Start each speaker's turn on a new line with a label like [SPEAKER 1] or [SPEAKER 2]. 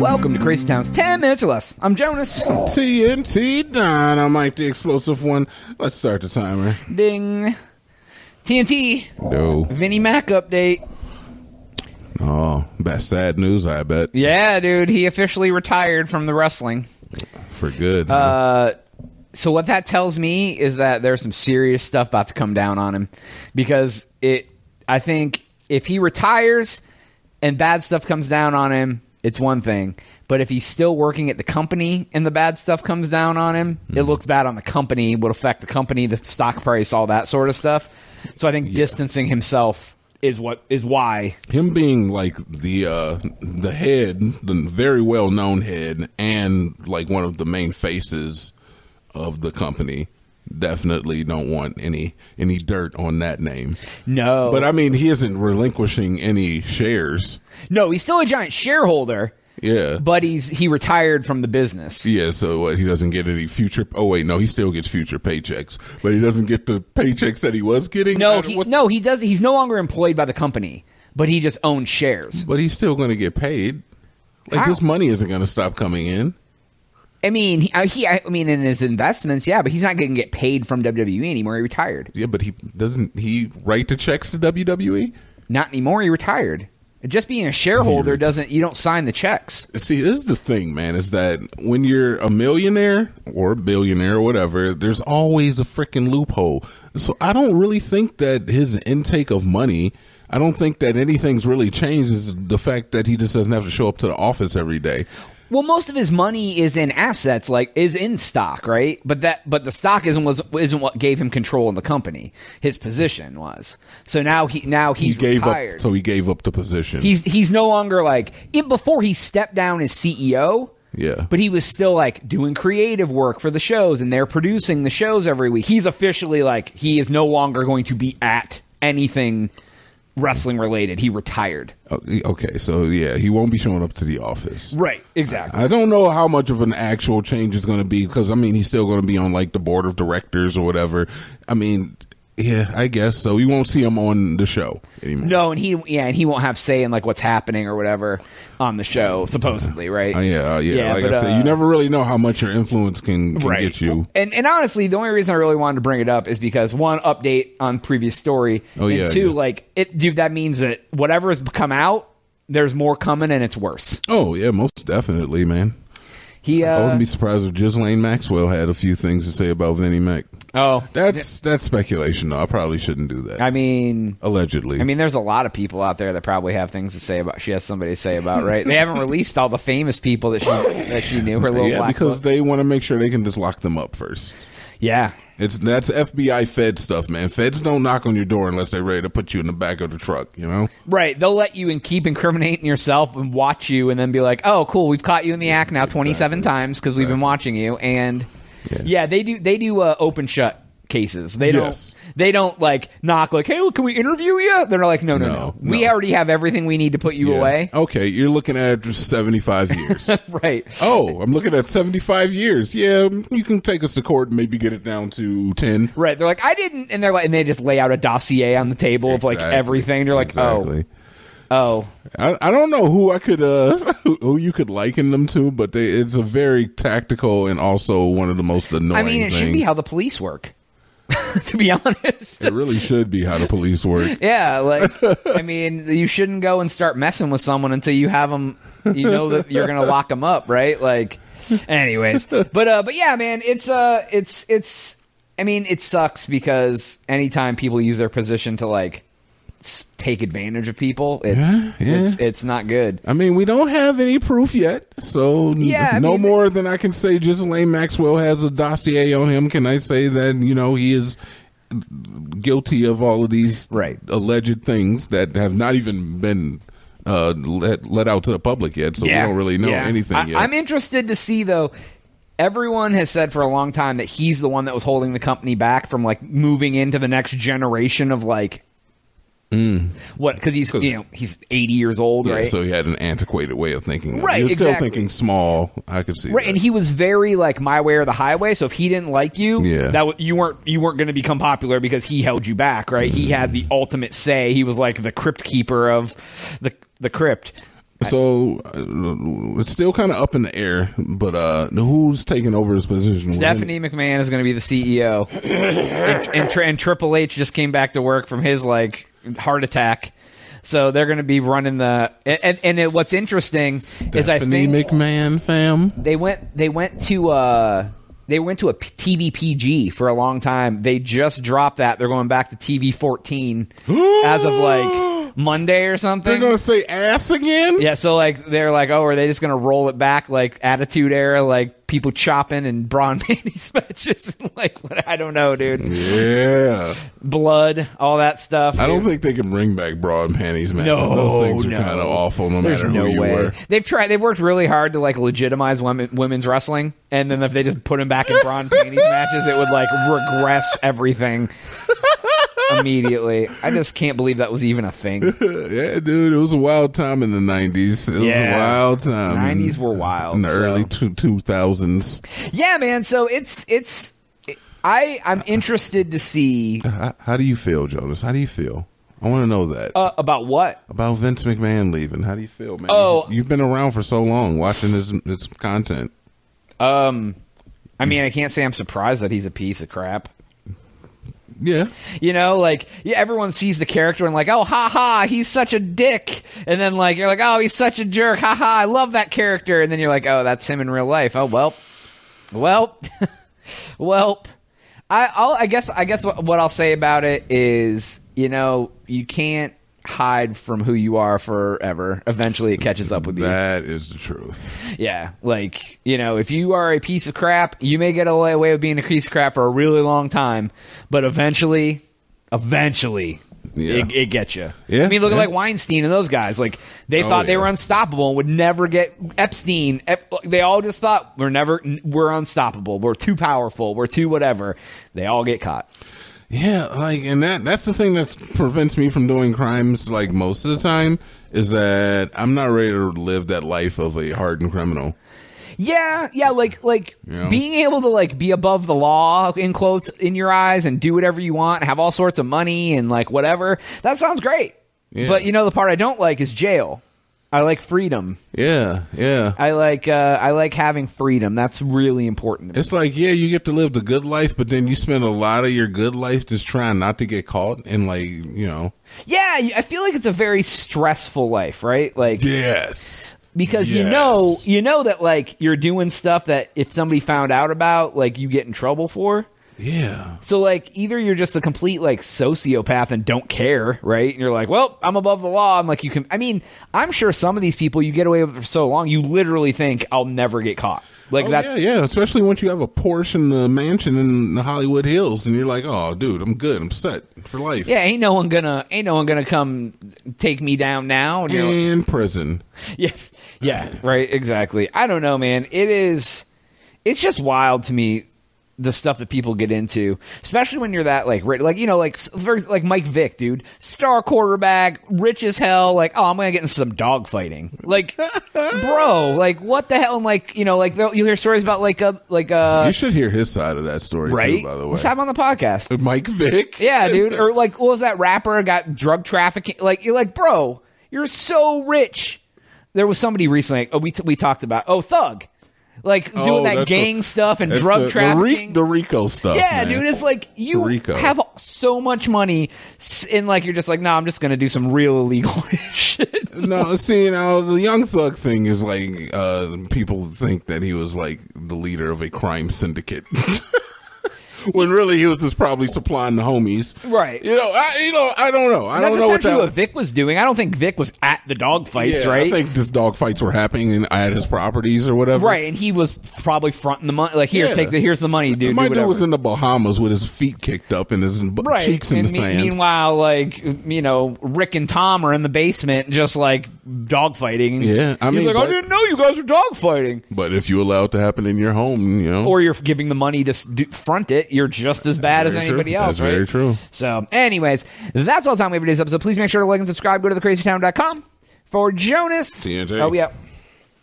[SPEAKER 1] Welcome to Crazy Town's 10 Minutes or Less. I'm Jonas.
[SPEAKER 2] TNT Dynamite, the explosive one. Let's start the timer.
[SPEAKER 1] Ding. TNT,
[SPEAKER 2] No.
[SPEAKER 1] Vinnie Mac update.
[SPEAKER 2] Oh, that's sad news, I bet.
[SPEAKER 1] Yeah, dude, he officially retired from the wrestling.
[SPEAKER 2] For good.
[SPEAKER 1] So what that tells me is that there's some serious stuff about to come down on him because it I think if he retires and bad stuff comes down on him, it's one thing. But if he's still working at the company and the bad stuff comes down on him, it
[SPEAKER 2] Mm-hmm.
[SPEAKER 1] looks bad on the company, would affect the company, the stock price, all that sort of stuff. So I think distancing himself is what is why
[SPEAKER 2] him being like the uh the head the very well known head and like one of the main faces of the company definitely don't want any any dirt on that name
[SPEAKER 1] no
[SPEAKER 2] but i mean he isn't relinquishing any shares
[SPEAKER 1] uh, no, he's still a giant shareholder,
[SPEAKER 2] yeah
[SPEAKER 1] but he's he retired from the business.
[SPEAKER 2] yeah so what, he doesn't get any future oh wait no he still gets future paychecks but he doesn't get the paychecks that he was getting
[SPEAKER 1] No,
[SPEAKER 2] I-
[SPEAKER 1] he,
[SPEAKER 2] what's-
[SPEAKER 1] no, he does. He's no longer employed by the company, but he just owns shares.
[SPEAKER 2] but he's still going to get paid like
[SPEAKER 1] How?
[SPEAKER 2] his money isn't going to stop coming in
[SPEAKER 1] I mean, he, I- he, I mean, in his investments, yeah, but he's not going to get paid from WWE anymore. He retired.
[SPEAKER 2] Yeah, but he doesn't. He write the checks to E? WWE.
[SPEAKER 1] Not anymore. He retired. Just being a shareholder
[SPEAKER 2] Weird.
[SPEAKER 1] doesn't. You don't sign the checks.
[SPEAKER 2] See, this is the thing, man. Is that when you're a millionaire or a billionaire or whatever, there's always a freaking loophole. So I don't really think that his intake of money. I don't think that anything's really changed. Is the fact that he just doesn't have to show up to the office every day.
[SPEAKER 1] Well, most of his money is in assets, like is in stock, right? But that, but the stock isn't was isn't what gave him control in the company. His position was. So now he now
[SPEAKER 2] He
[SPEAKER 1] he's
[SPEAKER 2] gave
[SPEAKER 1] retired.
[SPEAKER 2] up. So he gave up the position.
[SPEAKER 1] He's he's no longer like in before he stepped down as CEO.
[SPEAKER 2] Yeah.
[SPEAKER 1] But he was still like doing creative work for the shows and they're producing the shows every week. He's officially like he is no longer going to be at anything wrestling related. He retired.
[SPEAKER 2] Oh, he- okay. So yeah, he won't be showing up to the office.
[SPEAKER 1] Right, exactly.
[SPEAKER 2] I don't know how much of an actual change is going to be because I mean he's still going to be on like the board of directors or whatever. I mean, yeah, I guess so. You won't see him on the show anymore.
[SPEAKER 1] no, and he yeah, and he won't have say in like what's happening or whatever on the show supposedly, right?
[SPEAKER 2] Oh, yeah, oh, yeah,
[SPEAKER 1] Yeah,
[SPEAKER 2] Like
[SPEAKER 1] but,
[SPEAKER 2] I said,
[SPEAKER 1] uh,
[SPEAKER 2] you never really know how much your influence can, can get you.
[SPEAKER 1] And and honestly, the only reason I really wanted to bring it up is because one update on previous story.
[SPEAKER 2] Oh, yeah,
[SPEAKER 1] And two,
[SPEAKER 2] yeah.
[SPEAKER 1] like it, dude, that means that whatever has come out, there's more coming and it's worse.
[SPEAKER 2] Oh yeah, most definitely, man.
[SPEAKER 1] He.
[SPEAKER 2] I
[SPEAKER 1] Uh,
[SPEAKER 2] wouldn't be surprised if Ghislaine Maxwell had a few things to say about Vinnie Mac.
[SPEAKER 1] oh,
[SPEAKER 2] That's that's speculation. though. I probably shouldn't do that.
[SPEAKER 1] I mean.
[SPEAKER 2] Allegedly,
[SPEAKER 1] I mean, there's a lot of people out there that probably have things to say about. She has somebody to say about, right? They haven't released all the famous people that she that she knew. Her little
[SPEAKER 2] yeah,
[SPEAKER 1] black
[SPEAKER 2] because
[SPEAKER 1] book.
[SPEAKER 2] they want to make sure they can just lock them up first.
[SPEAKER 1] yeah,
[SPEAKER 2] It's that's FBI Fed stuff, man. Feds don't knock on your door unless they're ready to put you in the back of the truck. You know,
[SPEAKER 1] right. They'll let you and keep incriminating yourself and watch you, and then be like, "Oh, cool, we've caught you in the act now 27 times because we've been watching you." And yeah, they do they do uh, open shut cases. They
[SPEAKER 2] Yes.
[SPEAKER 1] don't they don't like knock like, "Hey, well, can we interview you?" They're like, "No, no, no,
[SPEAKER 2] No,
[SPEAKER 1] we
[SPEAKER 2] no.
[SPEAKER 1] already have everything we need to put you
[SPEAKER 2] Yeah. Oh.
[SPEAKER 1] away."
[SPEAKER 2] Okay, you're looking at seventy five years.
[SPEAKER 1] Right.
[SPEAKER 2] oh, I'm looking at seventy five years. Yeah, you can take us to court and maybe get it down to ten.
[SPEAKER 1] Right. They're like, I didn't, and they're like, and they just lay out a dossier on the table of like
[SPEAKER 2] Exactly.
[SPEAKER 1] everything. You're like,
[SPEAKER 2] Exactly.
[SPEAKER 1] oh, oh,
[SPEAKER 2] I, I don't know who I could uh who- who you could liken them to, but they, it's a very tactical and also one of the most annoying.
[SPEAKER 1] I mean, it should be
[SPEAKER 2] things.
[SPEAKER 1] how the police work. to be honest,
[SPEAKER 2] it really should be how the police work.
[SPEAKER 1] yeah. Like, I mean, you shouldn't go and start messing with someone until you have them. You know that you're gonna lock them up, right? Like, anyways, but uh, but yeah, man, it's uh, it's it's. I mean, it sucks because anytime people use their position to like s- take advantage of people, it's
[SPEAKER 2] Yeah, yeah.
[SPEAKER 1] it's it's not good.
[SPEAKER 2] I mean, we don't have any proof yet, so n-
[SPEAKER 1] Yeah, I
[SPEAKER 2] no
[SPEAKER 1] mean-
[SPEAKER 2] more than I can say. Ghislaine Maxwell has a dossier on him. Can I say that you know he is guilty of all of these
[SPEAKER 1] Right.
[SPEAKER 2] alleged things that have not even been uh, let, let out to the public yet? So we don't really know
[SPEAKER 1] yeah.
[SPEAKER 2] anything
[SPEAKER 1] I,
[SPEAKER 2] yet.
[SPEAKER 1] I'm interested to see though. Everyone has said for a long time that he's the one that was holding the company back from like moving into the next generation of like What? Because he's you know he's eighty years old,
[SPEAKER 2] Mm. Yeah,
[SPEAKER 1] right?
[SPEAKER 2] so he had an antiquated way of thinking.
[SPEAKER 1] Right,
[SPEAKER 2] He was
[SPEAKER 1] exactly.
[SPEAKER 2] still thinking small. I could see.
[SPEAKER 1] Right,
[SPEAKER 2] that.
[SPEAKER 1] and he was very like my way or the highway. So if he didn't like you,
[SPEAKER 2] Yeah.
[SPEAKER 1] that w- you weren't you weren't going to become popular because he held you back. Right,
[SPEAKER 2] Mm.
[SPEAKER 1] he had the ultimate say. He was like the crypt keeper of the the crypt.
[SPEAKER 2] So uh, it's still kind of up in the air, but uh, who's taking over his position?
[SPEAKER 1] Stephanie McMahon is going to be the CEO, and, and, Tri- and Triple H just came back to work from his like heart attack. So they're going to be running the and and, and it, what's interesting is I
[SPEAKER 2] Stephanie
[SPEAKER 1] think
[SPEAKER 2] McMahon, fam.
[SPEAKER 1] they went they went to uh they went to a P- TVPG for a long time. They just dropped that. They're going back to TV 14 as of like Monday or
[SPEAKER 2] They're
[SPEAKER 1] something.
[SPEAKER 2] gonna say ass again.
[SPEAKER 1] yeah, so like they're like, oh, are they just gonna roll it back like Attitude Era, like people chopping and brawn panties matches, and like what I don't know, dude,
[SPEAKER 2] Yeah.
[SPEAKER 1] blood, all that stuff.
[SPEAKER 2] I don't
[SPEAKER 1] dude.
[SPEAKER 2] think they can bring back broad panties, man.
[SPEAKER 1] No,
[SPEAKER 2] Those things are
[SPEAKER 1] no.
[SPEAKER 2] kind of awful, no
[SPEAKER 1] There's
[SPEAKER 2] matter
[SPEAKER 1] no
[SPEAKER 2] who you
[SPEAKER 1] way
[SPEAKER 2] were.
[SPEAKER 1] they've tried. They've worked really hard to like legitimize women, women's wrestling, and then if they just put them back in brawn panties matches, it would like regress everything immediately. I just can't believe that was even a thing.
[SPEAKER 2] Yeah, dude, it was a wild time in the '90s. It was
[SPEAKER 1] Yeah.
[SPEAKER 2] a wild time.
[SPEAKER 1] Nineties were wild.
[SPEAKER 2] in the
[SPEAKER 1] so-
[SPEAKER 2] early two two thousands.
[SPEAKER 1] yeah, man. So it's it's. I I'm interested to see
[SPEAKER 2] How, how do you feel, Jonas? How do you feel? I want to know that
[SPEAKER 1] uh, about what
[SPEAKER 2] about Vince McMahon leaving. How do you feel, man?
[SPEAKER 1] Oh.
[SPEAKER 2] you've been around for so long, watching his his content.
[SPEAKER 1] um. I mean, I can't say I'm surprised that he's a piece of crap.
[SPEAKER 2] Yeah,
[SPEAKER 1] You know, like yeah, everyone sees the character and like, oh, ha ha, he's such a dick, and then like you're like, oh, he's such a jerk, ha ha, I love that character, and then you're like, oh, that's him in real life. Oh well, well, well. I I'll, I guess I guess what, what I'll say about it is, you know, you can't hide from who you are forever. Eventually, it catches up with you.
[SPEAKER 2] that is the truth.
[SPEAKER 1] Yeah, like you know, if you are a piece of crap, you may get away with being a piece of crap for a really long time, but eventually, eventually,
[SPEAKER 2] Yeah.
[SPEAKER 1] it, it gets you.
[SPEAKER 2] Yeah,
[SPEAKER 1] I mean, look
[SPEAKER 2] yeah.
[SPEAKER 1] at like Weinstein and those guys. Like they
[SPEAKER 2] Oh,
[SPEAKER 1] thought they
[SPEAKER 2] yeah.
[SPEAKER 1] were unstoppable and would never get Epstein. Ep- they all just thought we're never, we're unstoppable. We're too powerful. We're too whatever. They all get caught.
[SPEAKER 2] Yeah, like, and that that's the thing that prevents me from doing crimes. Like most of the time, is that I'm not ready to live that life of a hardened criminal.
[SPEAKER 1] Yeah, yeah, like like
[SPEAKER 2] Yeah.
[SPEAKER 1] being able to like be above the law in quotes in your eyes and do whatever you want, have all sorts of money and like whatever. That sounds great.
[SPEAKER 2] Yeah.
[SPEAKER 1] But you know the part I don't like is jail. I like freedom.
[SPEAKER 2] Yeah, yeah.
[SPEAKER 1] I like uh I like having freedom. That's really important. To me.
[SPEAKER 2] It's like, yeah, you get to live the good life, but then you spend a lot of your good life just trying not to get caught and like, you know.
[SPEAKER 1] Yeah, I feel like it's a very stressful life, right? Like
[SPEAKER 2] Yes.
[SPEAKER 1] because you
[SPEAKER 2] Yes.
[SPEAKER 1] know you know that like you're doing stuff that if somebody found out about, like you get in trouble for.
[SPEAKER 2] Yeah.
[SPEAKER 1] So like either you're just a complete like sociopath and don't care, right? And you're like, well, I'm above the law. I'm like, you can. I mean, I'm sure some of these people you get away with it for so long, you literally think I'll never get caught. Like
[SPEAKER 2] Oh,
[SPEAKER 1] that's
[SPEAKER 2] yeah, yeah, especially once you have a Porsche and a mansion in the Hollywood Hills, and you're like, "Oh, dude, I'm good. I'm set for life."
[SPEAKER 1] yeah. Ain't no one gonna ain't no one gonna come take me down now. And you're like,
[SPEAKER 2] and prison.
[SPEAKER 1] yeah, yeah, right, exactly. I don't know, man. It is, it's just wild to me the stuff that people get into, especially when you're that like rich, like you know, like for, like Mike Vick, dude, star quarterback, rich as hell. Like, oh, I'm gonna get into some dog fighting, like, bro, like what the hell? And like, you know, like you hear stories about like a like
[SPEAKER 2] You
[SPEAKER 1] a
[SPEAKER 2] should hear his side of that story,
[SPEAKER 1] Uh, right.
[SPEAKER 2] Too, by the
[SPEAKER 1] Let's
[SPEAKER 2] way,
[SPEAKER 1] have him on the podcast.
[SPEAKER 2] Mike Vick.
[SPEAKER 1] Yeah, dude. Or like, what was that rapper got drug trafficking? Like, you're like, bro, you're so rich. There was somebody recently. Oh, we we talked about. Oh, thug, like doing
[SPEAKER 2] Oh,
[SPEAKER 1] that
[SPEAKER 2] that's
[SPEAKER 1] gang
[SPEAKER 2] the-
[SPEAKER 1] stuff and
[SPEAKER 2] That's
[SPEAKER 1] drug
[SPEAKER 2] the, the, Re-
[SPEAKER 1] trafficking.
[SPEAKER 2] the Rico stuff.
[SPEAKER 1] yeah,
[SPEAKER 2] man.
[SPEAKER 1] dude. It's like you
[SPEAKER 2] Rico.
[SPEAKER 1] have so much money, s- and like you're just like, no, nah, I'm just gonna do some real illegal shit.
[SPEAKER 2] no, see, now the Young Thug thing is like uh, people think that he was like the leader of a crime syndicate. When really he was just probably supplying the homies,
[SPEAKER 1] Right.
[SPEAKER 2] You know, I you know I don't know. I
[SPEAKER 1] That's
[SPEAKER 2] don't know what
[SPEAKER 1] essentially
[SPEAKER 2] that.
[SPEAKER 1] what, Vic was doing. I don't think Vic was at the dog fights,
[SPEAKER 2] yeah,
[SPEAKER 1] right?
[SPEAKER 2] I think just dog fights were happening and at his properties or whatever.
[SPEAKER 1] right, and he was probably fronting the money. Like here,
[SPEAKER 2] Yeah.
[SPEAKER 1] take the here's the money, dude.
[SPEAKER 2] My
[SPEAKER 1] do
[SPEAKER 2] dude
[SPEAKER 1] whatever.
[SPEAKER 2] was in the Bahamas with his feet kicked up and his bu- cheeks in
[SPEAKER 1] and
[SPEAKER 2] the
[SPEAKER 1] me-
[SPEAKER 2] sand.
[SPEAKER 1] Meanwhile, like you know, Rick and Tom are in the basement, just like dogfighting.
[SPEAKER 2] Yeah, I
[SPEAKER 1] he's
[SPEAKER 2] mean,
[SPEAKER 1] like, I
[SPEAKER 2] but-
[SPEAKER 1] didn't know you guys were dogfighting.
[SPEAKER 2] But if you allow it to happen in your home, you know,
[SPEAKER 1] Or you're giving the money to s- do- front it. You're just as bad as
[SPEAKER 2] Very
[SPEAKER 1] anybody
[SPEAKER 2] true.
[SPEAKER 1] else.
[SPEAKER 2] That's very
[SPEAKER 1] right?
[SPEAKER 2] true.
[SPEAKER 1] So, anyways, that's all the time we have for today's episode. Please make sure to like and subscribe. Go to thecrazytown.com for Jonas.
[SPEAKER 2] TNJ.
[SPEAKER 1] Oh, yeah.